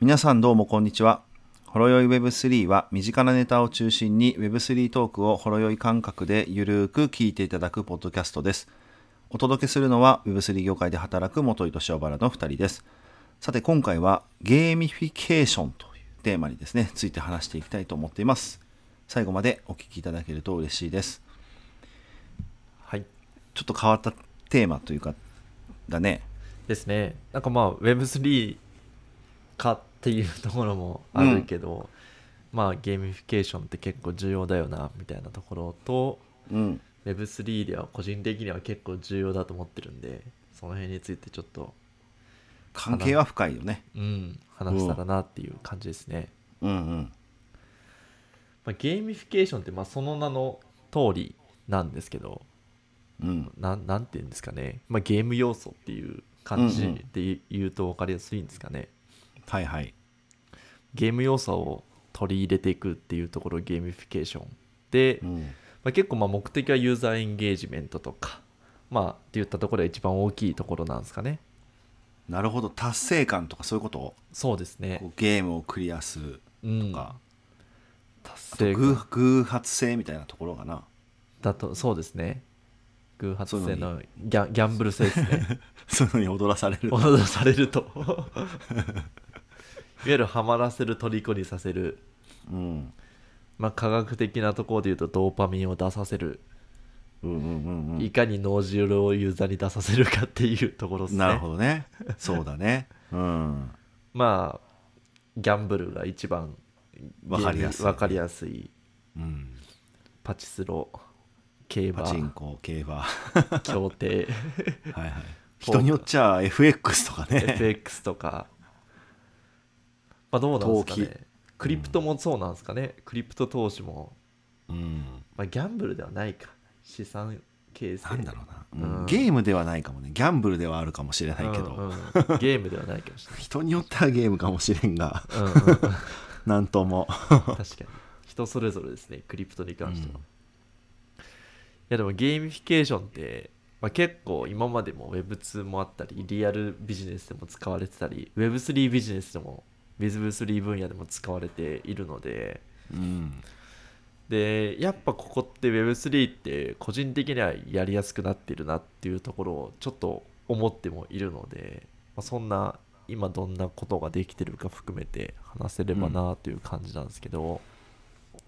皆さんどうもこんにちは。ほろよい Web3 は身近なネタを中心に Web3 トークをほろよい感覚でゆるーく聞いていただくポッドキャストです。お届けするのは Web3 業界で働く元井と塩原の2人です。さて今回はゲーミフィケーションというテーマにですね、ついて話していきたいと思っています。最後までお聞きいただけると嬉しいです。はいちょっと変わったテーマというか、だね。ですねなんかまあ Web3 かっていうところもあるけど、まあゲーミフィケーションって結構重要だよなみたいなところとうん。 Web3 では個人的には結構重要だと思ってるんでその辺についてちょっと関係は深いよね。うん話せたらなっていう感じですね、うんうん。まあ、ゲーミフィケーションってまあその名の通りなんですけどうん、なんなんて言うんですかね、まあ、ゲーム要素っていう感うじんで言うと分かりやすいんですかね、はいはい。ゲーム要素を取り入れていくっていうところをゲーミフィケーションで、うん、まあ、結構まあ目的はユーザーエンゲージメントとかまあっていったところが一番大きいところなんですかねなるほど達成感とかそういうことこそうですねうゲームをクリアするうんとか、達あと成偶感偶発性みたいなところかな だとそうですね偶発そうい性うののギャギャンブル性で すねそういうのに踊らされる踊らされると いわゆるハマらせる虜にさせる、うんまあ、科学的なところで言うとドーパミンを出させるうんうんうんうんいかに脳汁をユーザーに出させるかっていうところですね。なるほどねそうだねうんまあギャンブルが一番わかりやすいゲームわかりやすいうんパチスロ競馬パチンコ競 馬は競 艇いはいポーカー人によっちゃ FX とかね FX とかまあどうなんですか投ねクリプトもそうなんですかね、クリプト投資も、うんまあ、ギャンブルではないか資産形成なんだろうな、うんうんゲームではないかもねギャンブルではあるかもしれないけど、うんうんゲームではないかもしれない人によってはゲームかもしれんがう んうんうん、確なんとも かに人それぞれですねクリプトに関してうは、んいやでもゲーミフィケーションって、まあ、結構今までも Web2 もあったりリアルビジネスでも使われてたり Web3 ビジネスでも Web3 分野でも使われているのでうんでやっぱここって Web3 って個人的にはやりやすくなっているなっていうところをちょっと思ってもいるので、まあ、そんな今どんなことができてるか含めて話せればなという感じなんですけど、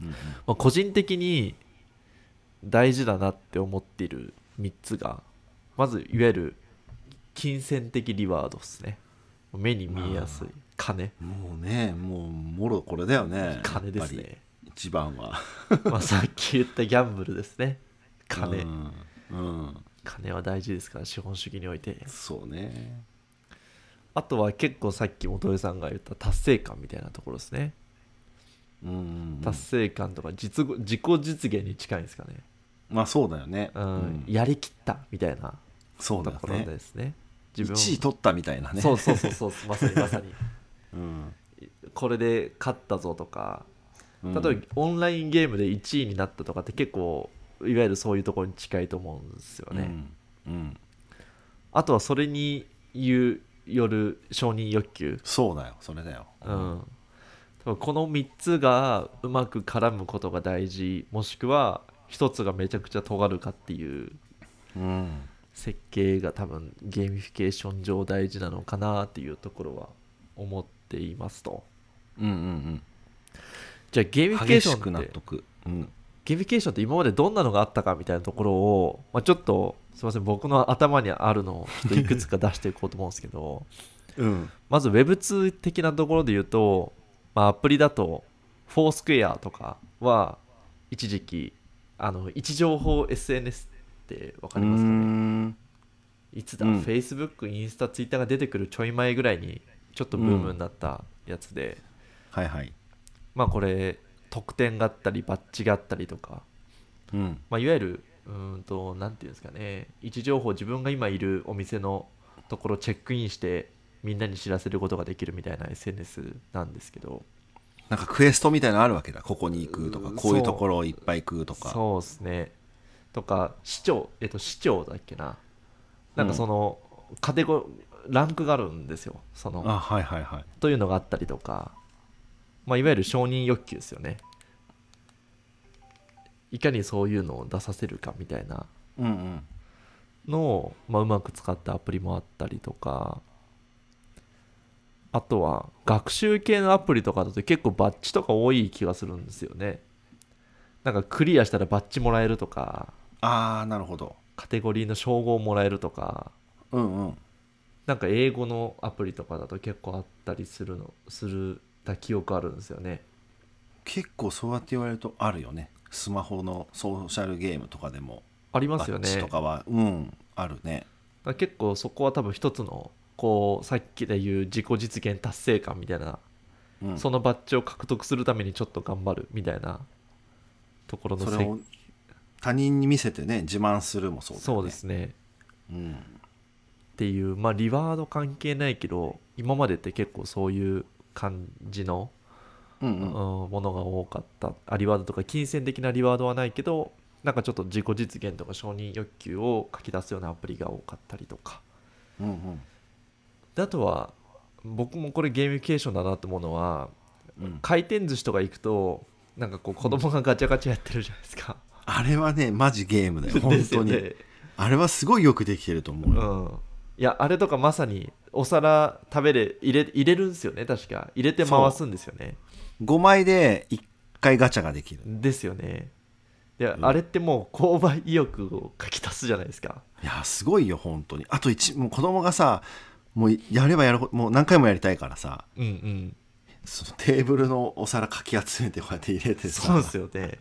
うんまあ、個人的に大事だなって思っている3つがまずいわゆる金銭的リワードですね目に見えやすい金もうねもうもろこれだよね金でやっすぱりね一番は まあさっき言ったギャンブルですね金うん、うん金は大事ですから資本主義においてそうねあとは結構さっき元江さんが言った達成感みたいなところですねうん達成感とか実ご自己実現に近いんですかね、まあそうだよね、うんうんやりきったみたいなそうとだよころねですねを1位取ったみたいなねそうそうそうそうまさにまさに うん、これで勝ったぞとかうん例えばオンラインゲームで1位になったとかって結構いわゆるそういうところに近いと思うんですよね、うんうんあとはそれに言うよる承認欲求、そうだよそれだようん多分この3つがうまく絡むことが大事もしくは1つがめちゃくちゃ尖るかっていううん設計が多分ゲーミフィケーション上大事なのかなっていうところは思っていますとうんうんじゃあゲーうミんフィケー激ションしってく納得うんゲーミフィケーションって今までどんなのがあったかみたいなところを、まあ、ちょっとすいません僕の頭にあるのをちょっといくつか出していこうと思うんですけど うんまず Web2 的なところで言うと、まあ、アプリだと Foursquare とかは一時期あの位置情報 SNS って分かりますかねねいつだ、うん Facebook、インスタ、Twitter が出てくるちょい前ぐらいにちょっとブームになったやつで、はいはいまあこれ特典があったりバッジがあったりとかうんまあ、いわゆるうーんとなんていうんですかね位置情報自分が今いるお店のところチェックインしてみんなに知らせることができるみたいな SNS なんですけどなんかクエストみたいなのあるわけだここに行くとかうんこういうところをいっぱい行くとかそうですねとか市長えっと市長だっけななんかその、カテゴランクがあるんですよそのあはいはいはいというのがあったりとか、まあ、いわゆる承認欲求ですよねいかにそういうのを出させるかみたいなうんうんのを、まあ、うまく使ったアプリもあったりとかあとは学習系のアプリとかだと結構バッジとか多い気がするんですよねなんかクリアしたらバッジもらえるとかああなるほどカテゴリーの称号もらえるとかうんうんなんか英語のアプリとかだと結構あったりするのするた記憶あるんですよね結構そうやって言われるとあるよねスマホのソーシャルゲームとかでもありまバすよッねチとかはうんあるねだから結構そこは多分一つのこうさっきで言う自己実現達成感みたいな、うんそのバッジを獲得するためにちょっと頑張るみたいなところのそせれを他人に見せてね自慢するもそうだよねそうですねうんっていうまあリワード関係ないけど今までって結構そういう感じの、うんううんんものが多かったあリワードとか金銭的なリワードはないけどなんかちょっと自己実現とか承認欲求を書き出すようなアプリが多かったりとかうんうんであとは僕もこれゲーミフィケーションだなと思うのはうん回転寿司とか行くとなんかこう子供がガチャガチャやってるじゃないですか。あれはねマジゲームだよ本 です当よに、ねあれはすごいよくできてると思ううよ、ん、いやあれとかまさにお皿食べれ入れ入れるんですよね確か入れて回すんですよね5枚で1回ガチャができるですよねで、んあれってもう購買意欲をかき足すじゃないですかいやすごいよ本当にあと一もう子供がさもうやればやるほどもう何回もやりたいからさうんうんそのテーブルのお皿かき集めてこうや って入れてさそうですよね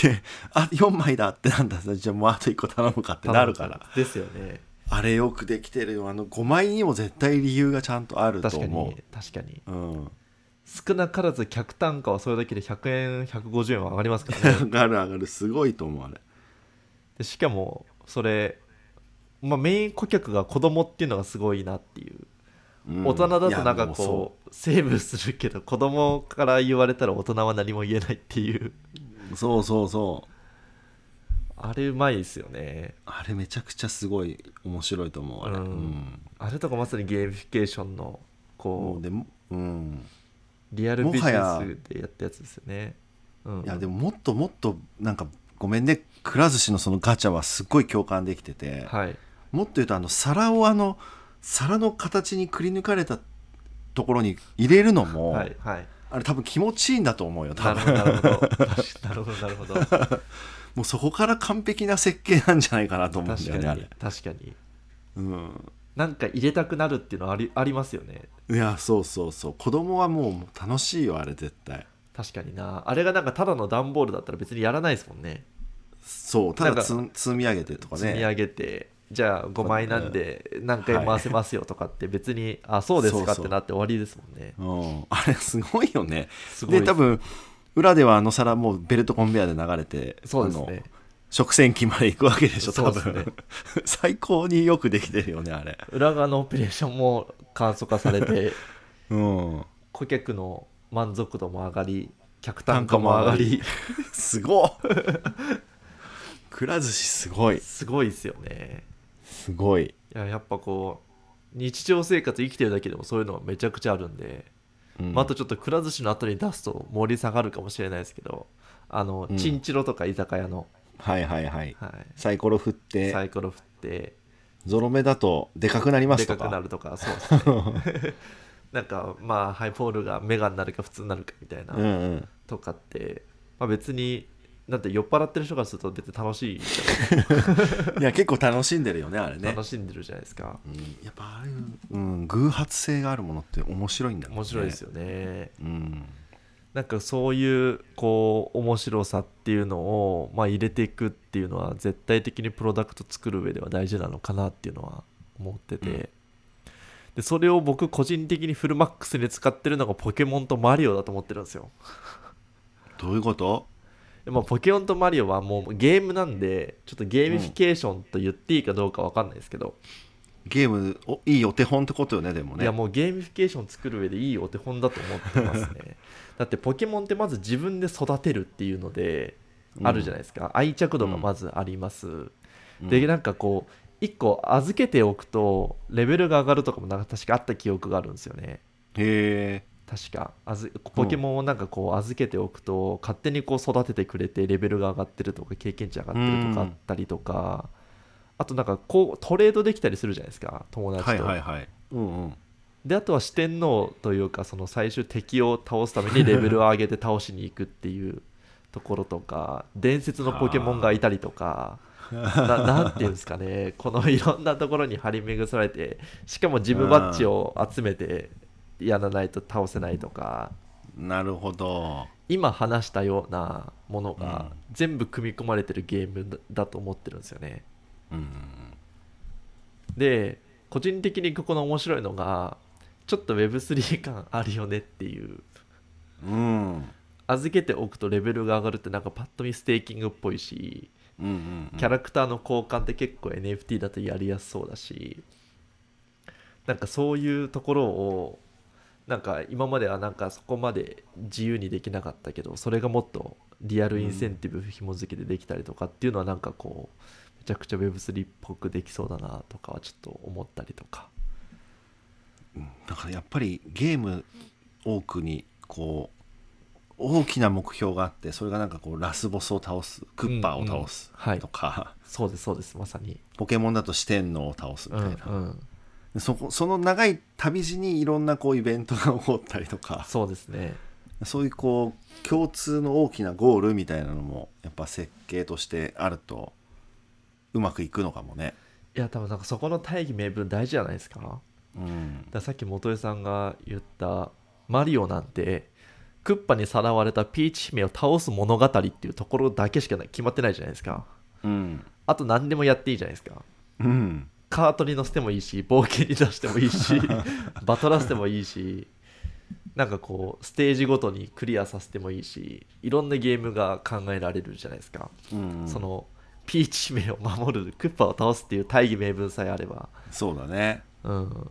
であ4枚だってなんだじゃあもうあと1個頼むかってなるからですよねあれよくできてるよあの5枚にも絶対理由がちゃんとあると確か思に確かにううん少なからず客単価はそれだけで100円150円は上がりま すからね上がる上がるすごいと思うあれでしかもそれ、まあ、メイン顧客が子供っていうのがすごいなっていう、うん大人だとなんいやかもうそこうセーブするけど子供から言われたら大人は何も言えないっていううそうそうそうあれうまいですよねあれめちゃくちゃすごい面白いと思うあれううんん、あれとかまさにゲーミフィケーションのもこううでもうんリアルビジネスもはやでやったやつですよね、うん、いやでももっともっとなんかごめんねくら寿司のそのガチャはすっごい共感できてて、はいもっと言うとあの皿をあの皿の形にくり抜かれたところに入れるのも、はいはいあれ多分気持ちいいんだと思うよな多る分ほどなるほど確かなるほどなるほど確もうそこから完璧な設計なんじゃないかなと思うんだよねかあにれ、確かにうん、なんか入れたくなるっていうのはありありますよねいやそうそうそう子供はもう楽しいよあれ絶対確かになあれがなんかただの段ボールだったら別にやらないですもんねそうたなんかだつん積み上げてとかね積み上げてじゃあ5枚なんで何回回せますよとかって別に、あそうですかそうっそうてなって終わりですもんねうん、あれすごいよねすごいで多分裏ではあの皿もうベルトコンベヤーで流れてそうですねあの食洗機まで行くわけでしょ多そう分、ですね 最高によくできてるよねあれ裏側のオペレーションも簡素化されてうん顧客の満足度も上がり客単価も上が りすごっくら寿司すごいすごいですよねすごい、いややっぱこう日常生活生きてるだけでもそういうのがめちゃくちゃあるんでうんまあ、あとちょっとくら寿司の後に出すと盛り下がるかもしれないですけどあのうんチンチロとか居酒屋の、はいはいはいはサイコロ振っい、てサイコロ振ってゾロ目だとでかくなりますでとかかくなるとかそうです ねなんかまあハイボールがメガになるか普通になるかみたいな、うんうんとかって、まあ、別になんて酔っ払ってる人からすると別に楽しいじゃないいや結構楽しんでるよねあれね楽しんでるじゃないですかうんやっぱああいう、うん、偶発性があるものって面白いんだろうね面白いですよねうんなんかそういうこう面白さっていうのを、まあ、入れていくっていうのは絶対的にプロダクト作る上では大事なのかなっていうのは思ってて、うんでそれを僕個人的にフルマックスに使ってるのがポケモンとマリオだと思ってるんですよ、どういうことでまあ、ポケモンとマリオはもうゲームなんでちょっとゲーミフィケーションと言っていいかどうか分かんないですけど、ゲームおいいお手本ってことよねでもねいやもうゲーミフィケーション作る上でいいお手本だと思ってま すねだってポケモンってまず自分で育てるっていうのであるじゃないですか、愛着度がまずあります、うんでなんかこう1個預けておくとレベルが上がるとかもなんか確かあった記憶があるんですよねへえ確かあずポケモンをなんかこう預けておくと、勝手にこう育ててくれてレベルが上がってるとか経験値上がってるとかあったりとか、あとなんかこうトレードできたりするじゃないですか友達と、はいはいはいうんうんであとは四天王というかその最終敵を倒すためにレベルを上げて倒しに行くっていうところとか伝説のポケモンがいたりとか ななんていうんですかねこのいろんなところに張り巡らされてしかもジムバッジを集めてやらないと倒せないとかなるほど今話したようなものがうん全部組み込まれてるゲームだだと思ってるんですよね。うんで個人的にここの面白いのがちょっと Web3 感あるよねっていううんうん預けておくとレベルが上がるってなんかパッと見ステーキングっぽいしうんうんキャラクターの交換って結構 NFT だとやりやすそうだしなんかそういうところをなんか今まではなんかそこまで自由にできなかったけどそれがもっとリアルインセンティブ紐付けでできたりとかっていうのはなんかこうめちゃくちゃ Web3 っぽくできそうだなとかはちょっと思ったりとか。だからやっぱりゲーム多くにこう大きな目標があってそれがなんかこうラスボスを倒すクッパを倒すうんうんはいとか、そうですそうですまさに、ポケモンだと四天王を倒すみうんたういな、ん、でそこその長い旅路にいろんなこうイベントが起こったりとかそうですねそういうこう共通の大きなゴールみたいなのもやっぱ設計としてあるとうまくいくのかもね。いや多分なんかそこの大義名分大事じゃないですかだかうん、らさっき元江さんが言ったマリオなんてクッパにさらわれたピーチ姫を倒す物語っていうところだけしかない決まってないじゃないですかうんあと何でもやっていいじゃないですかうんカートに乗せてもいいし冒険に出してもいい しバトらせてもいいしなんかこうステージごとにクリアさせてもいいしいろんなゲームが考えられるじゃないですかうん、そのピーチ姫を守るクッパを倒すっていう大義名分さえあれば、そうだね。うん、だか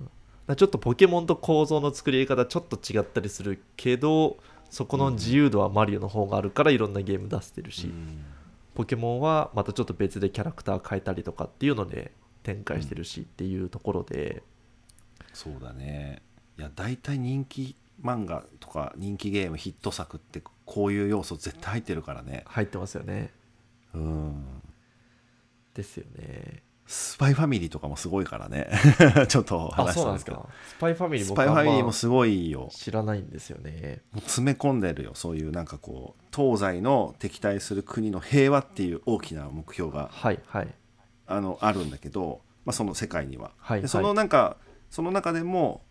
らちょっとポケモンと構造の作り方ちょっと違ったりするけどそこの自由度はマリオの方があるからいろんなゲーム出してるし、うんポケモンはまたちょっと別でキャラクター変えたりとかっていうので展開してるしっていうところで、そうだねいや大体人気漫画とか人気ゲームヒット作ってこういう要素絶対入ってるからね入ってますよねうんですよねスパイファミリーとかもすごいからね ちょっとあ話しそたうなんでんですすけどかスパイファミリース僕パイファミリーあんもますごいよ知らないんですよねもう詰め込んでるよそういうなんかこう東西の敵対する国の平和っていう大きな目標がはいはいあのあるんだけど、まあ、その世界には。はいでそはのいなんかその中でも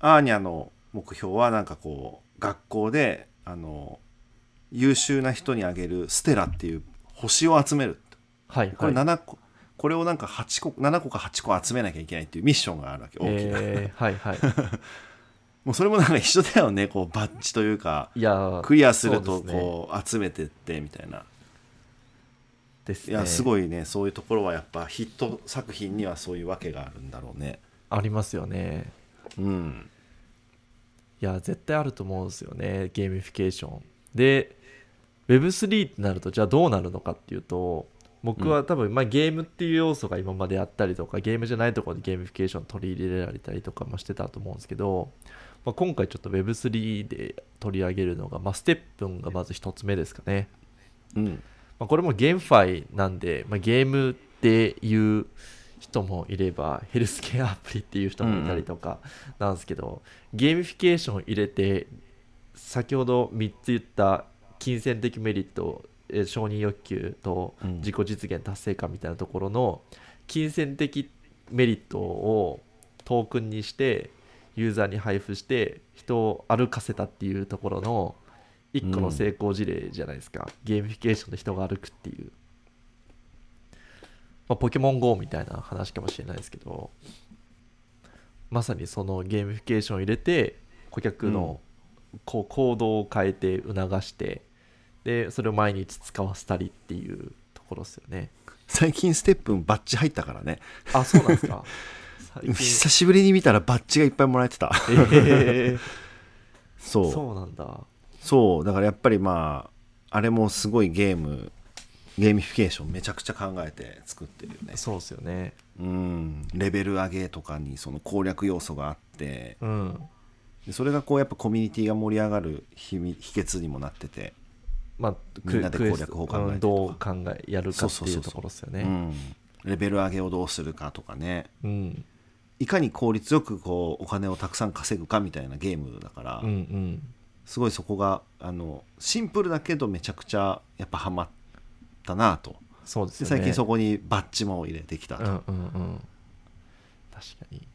アーニャの目標はなんかこう学校であの優秀な人にあげるステラっていう星を集めるはいはいこれ7個、これをなんか8個7個か8個集めなきゃいけないっていうミッションがあるわけ大きな、えーはいはいもうそれもなんか一緒だよねこうバッジというかいや ークリアするとそうですねこう集めてってみたいな、ですいねやすごいねそういうところはやっぱヒット作品にはそういうわけがあるんだろうねありますよねうんいや絶対あると思うんですよねゲーミフィケーションで Web3 ってなるとじゃあどうなるのかっていうと僕は多分、まあ、ゲームっていう要素が今まであったりとかゲームじゃないところでゲーミフィケーション取り入れられたりとかもしてたと思うんですけど、まあ、今回ちょっと Web3 で取り上げるのが、まあ、ステップンがまず1つ目ですかね、うんまあ、これもゲームファイなんで、まあ、ゲームっていう人もいればヘルスケアアプリっていう人もいたりとかなんですけど、ゲーミフィケーションを入れて先ほど3つ言った金銭的メリットえー承認欲求とうん自己実現達成感みたいなところの金銭的メリットをトークンにしてユーザーに配布して人を歩かせたっていうところの1個の成功事例じゃないですか、ゲーミフィケーションで人が歩くっていう、まあ、ポケモン GO みたいな話かもしれないですけどまさにそのゲーミフィケーションを入れて顧客のこう行動を変えて促して、でそれを毎日使わせたりっていうところですよね最近ステップンバッジ入ったからねあそうなんで すか最近久しぶりに見たらバッジがいっぱいもらえてたえーそうそうそうなんだだからやっぱりまああれもすごいゲームゲーミフィケーションめちゃくちゃ考えて作ってるよねそうですよねうんレベル上げとかにその攻略要素があってうんでそれがこうやっぱコミュニティが盛り上がる秘密秘訣にもなってて、まあみんなでクエス攻略法を考えたりとかうんどう考えやるそうかってそういそううそうところですようねん、レベル上げをどうするかとかねうんいかに効率よくこうお金をたくさん稼ぐかみたいなゲームだから、うんうんすごいそこがあのシンプルだけどめちゃくちゃやっぱハマったなとそうでですよね最近そここにバッジも入れてきたうと、んうんうん確かに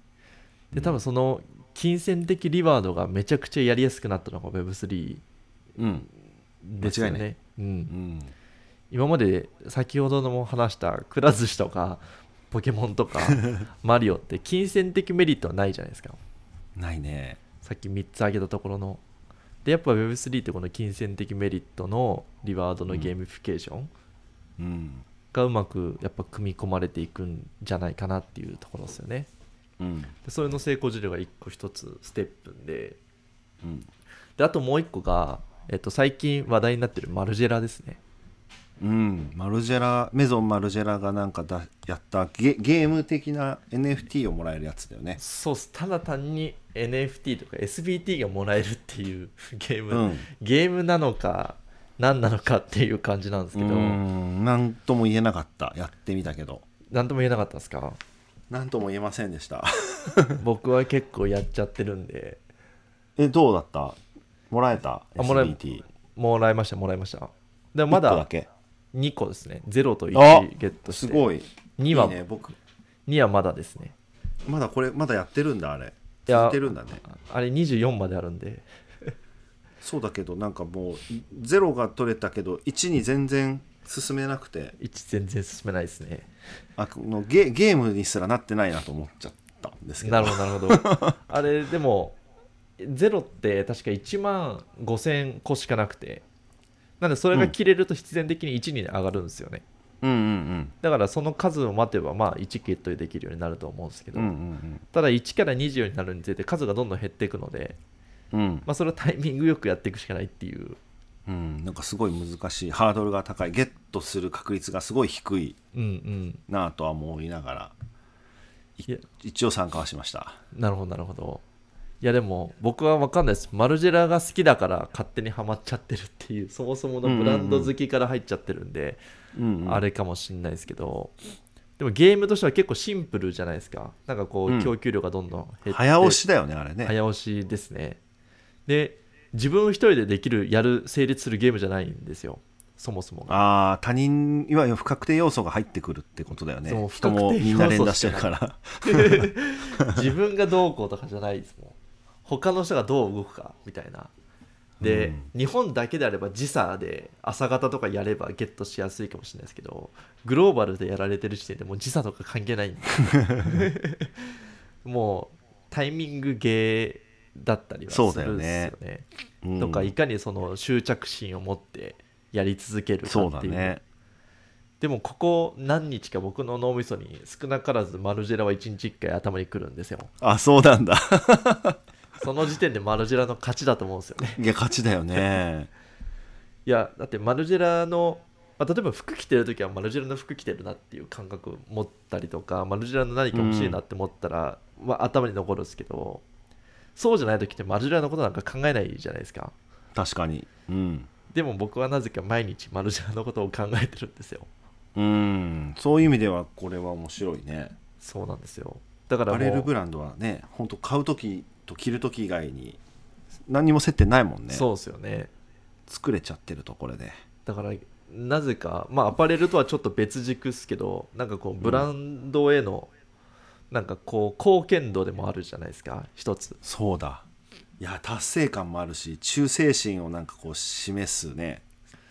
で多分その金銭的リワードがめちゃくちゃやりやすくなったのが Web3 うんですよ間違いなねう、うんん、今まで先ほどのも話したくら寿司とかポケモン とかマリオって金銭的メリットはないじゃないですかないねさっき3つ挙げたところのでやっぱ Web3 ってこの金銭的メリットのリワードのゲーミフィケーションうんがうまくやっぱ組み込まれていくんじゃないかなっていうところですよねうんでそれの成功事例が1個1つステップでうんであともう1個が、えっと、最近話題になってるマルジェラですねうん、マルジェラメゾンマルジェラがなんかだやったゲゲーム的な NFT をもらえるやつだよねそうっすただ単に NFT とか SBT がもらえるっていう ゲーム、うんゲームなのか何なのかっていう感じなんですうけどんなんとも言えなかったやってみたけど何とも言えなかったですかなんとも言えませんでした 僕は結構やっちゃってるんでえどうだったもらえたあもらえ SBT もらいましたもらいましたでもま一個だだけ2個ですね0とあ1ゲットしてすごい2はいいね僕2はまだですねまだこれまだやってるんだあれいややってるんだねあれ24まであるんでそうだけどなんかもう0が取れたけど1に全然進めなくて1全然進めないですねあこのゲゲームにすらなってないなと思っちゃったんですけどなるほどなるほど あれでもゼロって確か1万5000個しかなくてなんでそれが切れると必然的に1に上がるんですよね、うんうんだからその数を待てばまあ1ゲットできるようになると思うんですけうど、んうんうんただ1から20になるにつれて数がどんどん減っていくので、うんうんまあ、それはタイミングよくやっていくしかないっていううんなんかすごい難しいハードルが高いゲットする確率がすごい低いうんうんなとは思いながらいいや一応参加はしましたなるほどなるほどいやでも僕は分かんないですマルジェラが好きだから勝手にはまっちゃってるっていうそもそものブランド好きから入っちゃってるんで、うんうんあれかもしんないですけど、でもゲームとしては結構シンプルじゃないですかなんかこううん供給量がどんどん減って、早押しだよねあれね早押しですねで自分一人でできるやる成立するゲームじゃないんですよそもそもがああ他人いわゆる不確定要素が入ってくるってことだよねそう人もみんな連打してる から自分がどうこうとかじゃないですもん他の人がどう動くかみたいなで、日本だけであれば時差で朝方とかやればゲットしやすいかもしれないですけどグローバルでやられてる時点でもう時差とか関係ないん でもうタイミングゲーだったりはするんですよそうだねようんとかいかにその執着心を持ってやり続けるかそうっだていうねでもここ何日か僕の脳みそに少なからずマルジェラは1日1回頭にくるんですよあそうなんだ その時点でマルジェラの勝ちだと思うんですよね。いや勝ちだよね いやだってマルジェラの、まあ、例えば服着てる時はマルジェラの服着てるなっていう感覚を持ったりとかマルジェラの何か欲しいなって思ったら、まあ、頭に残るんですけどそうじゃない時ってマルジェラのことなんか考えないじゃないですか確かにうんでも僕はなぜか毎日マルジェラのことを考えてるんですようんそういう意味ではこれは面白いねそうなんですよだからバもレルうブランドはね本当買う時と着る時以外に何にも接点ないもんねそうですよね作れちゃってるとこれでだからなぜかまあアパレルとはちょっと別軸っすけどなんかこうブランドへの、なんかこう貢献度でもあるじゃないですか一つそうだいや達成感もあるし忠誠心をなんかこう示すね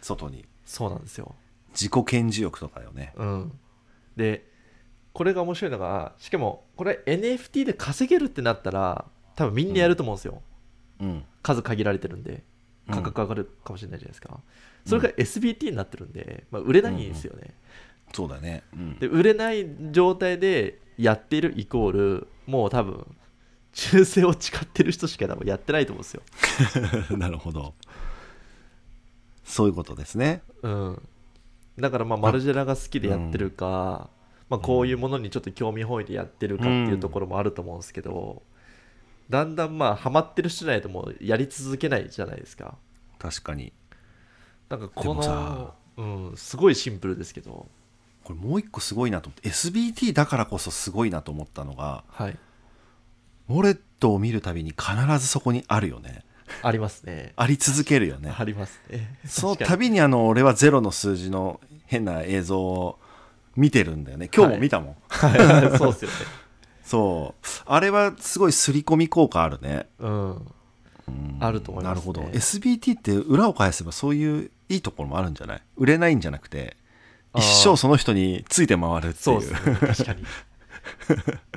外にそうなんですよ自己顕示欲とかよねうんでこれが面白いのがしかもこれ NFT で稼げるってなったら多分みんなやると思うんですよ、うん数限られてるんで価格上がるかもしれないじゃないですか、それが SBT になってるんで、まあ、売れないんですよね、そうだねうん で売れない状態でやってるイコールもう多分忠誠を誓ってる人しか多分やってないと思うんですよ、なるほどそういうことですねうん、だからまあマルジェラが好きでやってるか、まあ、こういうものにちょっと興味本位でやってるかっていうところもあると思うんですけど、だんだんまあハマってる人じゃないともうやり続けないじゃないですか確かになんかでこもさの、うん、すごいシンプルですけどこれもう一個すごいなと思って SBT だからこそすごいなと思ったのがはいモレットを見るたびに必ずそこにあるよねありますねあり続けるよねありますねその確かに度にあの俺はゼロの数字の変な映像を見てるんだよね今日も見たもん、はい そうですよねそうあれはすごい刷り込み効果あるね、うんうんあると思いますねなるほど SBT って裏を返せばそういういいところもあるんじゃない売れないんじゃなくてあー一生その人について回るっていそううですね確 かに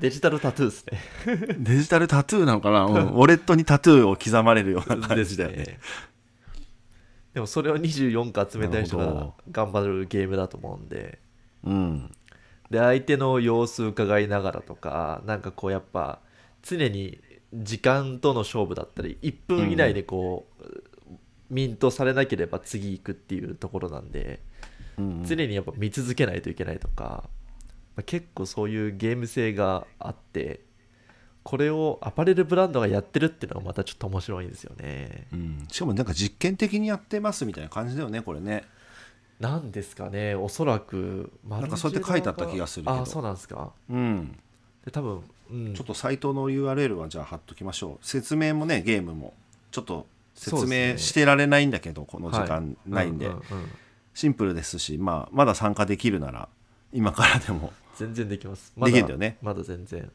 デジタルタトゥーですねデジタルタトゥーなのか な、うん、ウォレットにタトゥーを刻まれるような感じだよねですね でもそれを24個集めたい人なるがほ頑張るゲームだと思うんでうんで相手の様子伺いながらとかなんかこうやっぱ常に時間との勝負だったり1分以内でこう、ミントされなければ次行くっていうところなんでうん常にやっぱ見続けないといけないとか、まあ結構そういうゲーム性があってこれをアパレルブランドがやってるっていうのがまたちょっと面白いんですよねうん、しかもなんか実験的にやってますみたいな感じだよねこれねなんですかねおそらくなんかそうやって書いてあった気がするけどあそうなんですかうんで多分、うん、ちょっとサイトの URL はじゃあ貼っときましょう説明もねゲームもちょっと説そうです明ねしてられないんだけど、この時間はないんで、うううんシンプルですし、まあ、まだ参加できるなら今からでも全然できますできるんだよねまだ全然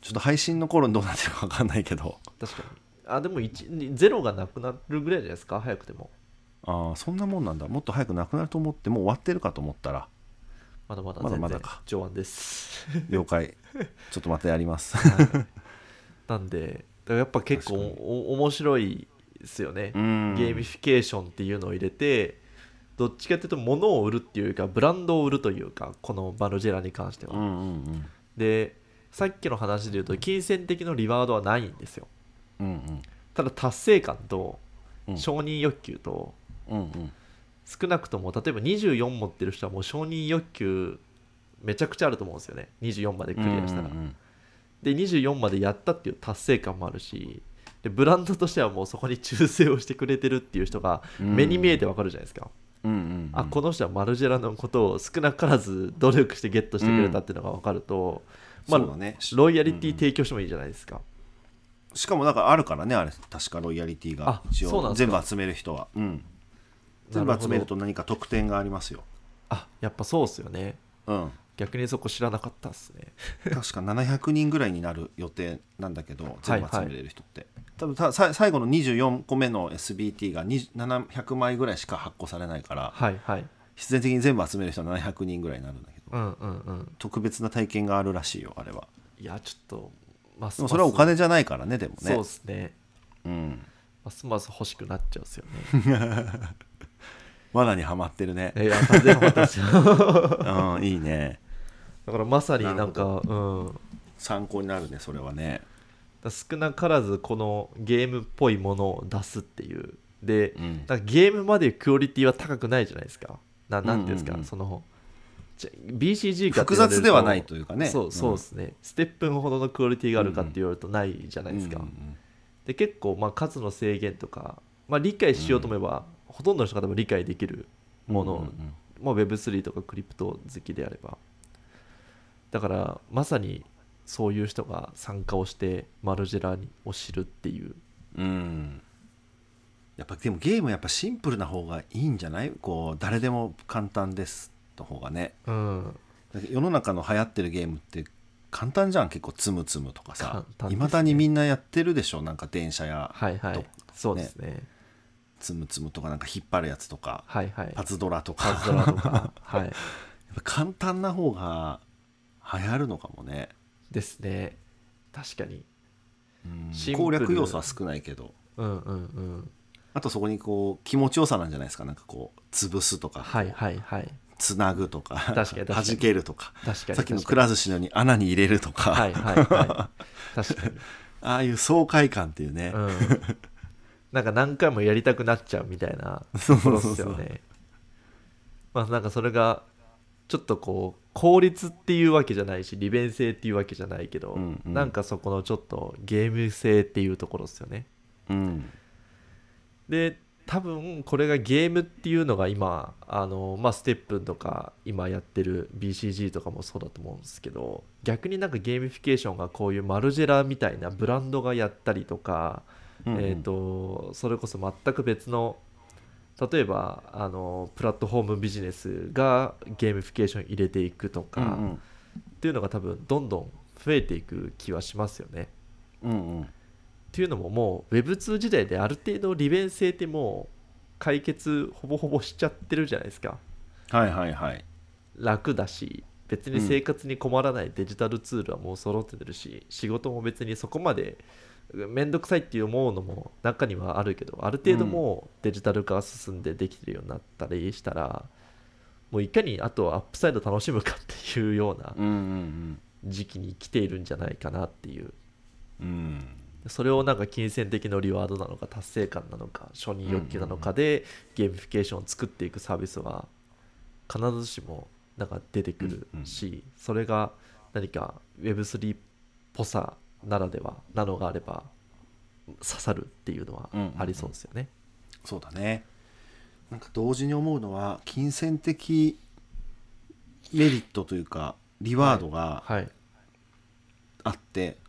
ちょっと配信の頃にどうなってるか分かんないけど確かにあでも1ゼロがなくなるぐらいじゃないですか早くてもああそんなもんなんだもっと早くなくなると思ってもう終わってるかと思ったらまだまだまだ全まだ然か上腕です了 解ちょっとまたやりますなんでだからやっぱ結構確かお面白いですよね、 うんゲーミフィケーションっていうのを入れてどっちかっていうと物を売るっていうかブランドを売るというかこのバルジェラに関しては、うんうんうんでさっきの話で言うと金銭的なリワードはないんですようんうんただ達成感とうん承認欲求と、うんうん少なくとも例えば24持ってる人はもう承認欲求めちゃくちゃあると思うんですよね24までクリアしたら、うんうんで24までやったっていう達成感もあるしでブランドとしてはもうそこに忠誠をしてくれてるっていう人がうん目に見えてわかるじゃないですか、うんうんうんあこの人はマルジェラのことを少なからず努力してゲットしてくれたっていうのがわかると、まあそうだねロイヤリティ提供してもいいじゃないですか、しかもなんかあるからねあれ確かロイヤリティがあ一そうな応んです全か部集める人は、うん、全な部集ほどめると何か特典がありますよ、あやっぱそうっすよねうん、逆にそこ知らなかったっすね確か700人ぐらいになる予定なんだけど全部集はいめれる人って、多分たさ最後の24個目の SBT が20 700枚ぐらいしか発行されないからはいはい必然的に全部集める人は700人ぐらいになるんだけどうんうんうん特別な体験があるらしいよあれはいやちょっとますでもそれはお金じゃないからねでもねそうですねうん、ますます欲しくなっちゃうんですよ罠にはまってるね、ね いや完全に私だうん、いいねからまさになんかなうんだか参考になるねそれはねら少なからずこのゲームっぽいものを出すっていうで、うんなんかゲームまでクオリティは高くないじゃないですかななんていうんですか、うんうんうんそのじゃ BCG か複って言われると雑ではないというかねそうそうですね、ステップンほどのクオリティがあるかって言われるとないじゃないですか、うんうんで結構まあ数の制限とか、まあ、理解しようと思えば、ほとんどの人が多分理解できるうんもの、うんうんまあ、Web3 とかクリプト好きであればだからまさにそういう人が参加をしてマルジェラを知るっていううん、うんやっぱでもゲームはやっぱシンプルな方がいいんじゃないこう誰でも簡単ですの方がねうん世の中の流行ってるゲームって簡単じゃん結構つむつむとかさ簡単でいすねま、未だにみんなやってるでしょなんか電車やはいはどっいかそうですねつむつむとかなんか引っ張るやつとかはいはいパズドラとか パズドラとかはいやっぱ簡単な方が流行るのかもね、ですね確かにうんシンプ攻ル略要素は少ないけどうんうんうんあとそこにこう気持ちよさなんじゃないですかなんかこう潰すとかはいはいはいつなぐとか確かに確かに弾けるとか確かにさっきのく確から寿司のように穴に入れるとか、にはいはいはい確かにああいう爽快感っていうね、うん、なんか何回もやりたくなっちゃうみたいなところっすよねまあなんかそれがちょっとこう効率っていうわけじゃないし利便性っていうわけじゃないけど、うんうんなんかそこのちょっとゲーム性っていうところですよねうんで多分これがゲームっていうのが今あの、まあ、ステップンとか今やってる BCG とかもそうだと思うんですけど逆になんかゲーミフィケーションがこういうマルジェラみたいなブランドがやったりとか、うんうんえー、とそれこそ全く別の例えばあのプラットフォームビジネスがゲーミフィケーション入れていくとうか、んっていうのが多分どんどん増えていく気はしますよね。うんうんうんっていうのももう Web2 時代である程度利便性ってもう解決ほぼほぼしちゃってるじゃないですかはいはいはい楽だし別に生活に困らないデジタルツールはもう揃ってるし、仕事も別にそこまで面倒くさいって思うのも中にはあるけどある程度もうデジタル化が進んでできてるようになったりしたら、もういかにあとはアップサイド楽しむかっていうようなうんうん時期に来ているんじゃないかなっていううんうんそれをなんか金銭的のリワードなのか達成感なのか承認欲求なのかでゲーミフィケーションを作っていくサービスは必ずしもなんか出てくるし、それが何か Web3 っぽさならではなのがあれば刺さるっていうのはありそうですよね。そうだねなんか同時に思うのは金銭的メリットというかリワードがはい、あって、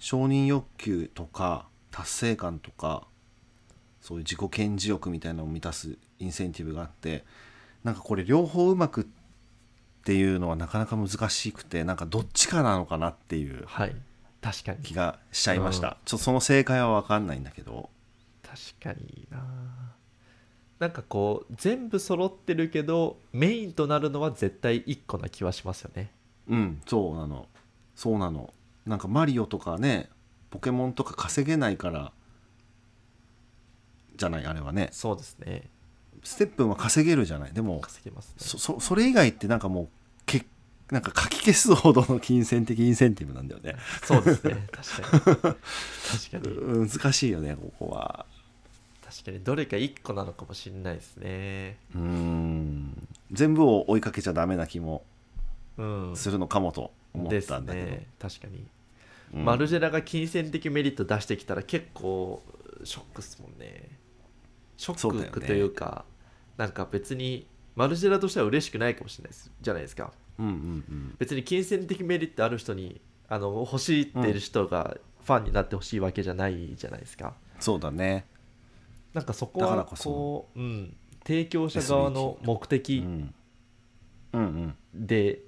承認欲求とか達成感とかそういう自己顕示欲みたいなのを満たすインセンティブがあってなんかこれ両方うまくっていうのはなかなか難しくてなんかどっちかなのかなっていうはい、確かに気がしちゃいました、うんちょっとその正解は分かんないんだけど確かにななんかこう全部揃ってるけどメインとなるのは絶対1個な気はしますよね。うんそうなのそうなのなんかマリオとかねポケモンとか稼げないからじゃないあれはねそうですねステップンは稼げるじゃないでも稼げますねそそそれ以外ってなんかもうけなんかかき消すほどの金銭的インセンティブなんだよねそうですね 確かに確かにう難しいよねここは確かにどれか1個なのかもしれないですねうーん全部を追いかけちゃダメな気もうんするのかもと思っですたんだけど、ね確かに、うんマルジェラが金銭的メリット出してきたら結構ショックっすもんねショそうだッよクねというかなんか別にマルジェラとしては嬉しくないかもしれないですじゃないですかうんうん別に金銭的メリットある人にあの欲しいっている人がファンになってほしいわけじゃないじゃないですか、うんそうだねなんかそこだかはらこそこう、うん、提供者側の目う的んうんで、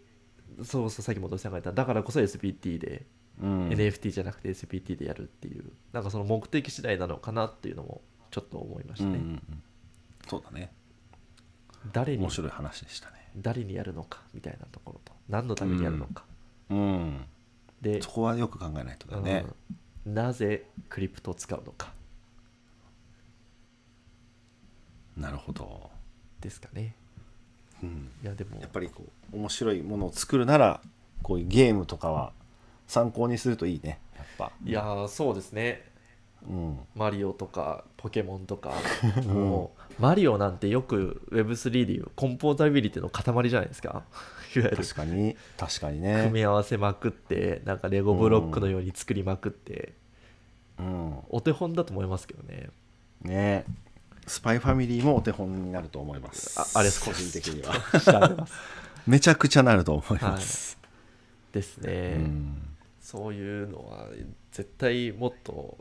そうそうさっきもどうしたが言っただからこそ SPT で、うんうん NFT じゃなくて SPT でやるっていうなんかその目的次第なのかなっていうのもちょっと思いましたね、うんうんうんそうだね誰に面白い話でしたね誰にやるのかみたいなところと何のためにやるのか、うんでそこはよく考えないとだね、うんなぜクリプトを使うのかなるほど、ですかねうん、いやでもやっぱりこう面白いものを作るならこういうゲームとかは参考にするといいねやっぱいやーそうですねうんマリオとかポケモンと かもうマリオなんてよく Web3 でいうコンポータビリティの塊じゃないですか いわゆる確かに確かに組ね、み合わせまくってなんかレゴブロックのように作りまくってうん、お手本だと思いますけどねねスパイファミリーもお手本になると思いますああれ個人的には調べますめちゃくちゃなると思います、 ですね、うんそういうのは絶対もっと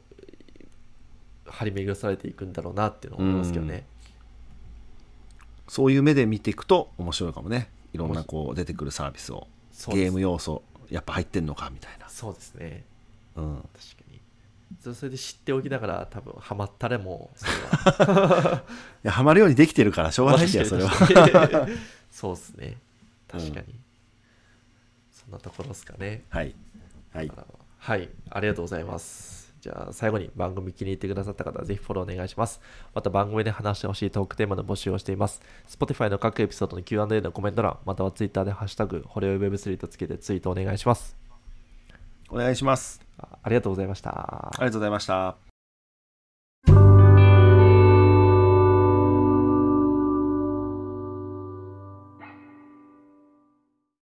張り巡らされていくんだろうなっていうのを思いますけどね、そういう目で見ていくと面白いかもねいろんなこう出てくるサービスをそうですゲーム要素やっぱ入ってんのかみたいなそうですねうん確かにそそれで知っておきながら多分ハマったれもそれは いやハマるようにできてるからしょうがないよそれ ははそうですね確かに、うんそんなところですかねはいはいだからはいありがとうございますじゃあ最後に番組気に入ってくださった方はぜひフォローお願いしますまた番組で話してほしいトークテーマの募集をしています Spotify の各エピソードの Q&A のコメント欄または Twitter で「ハッシュタグホレオイ Web3」とつけてツイートお願いしますお願いしますあありがとうございましたありがとうございました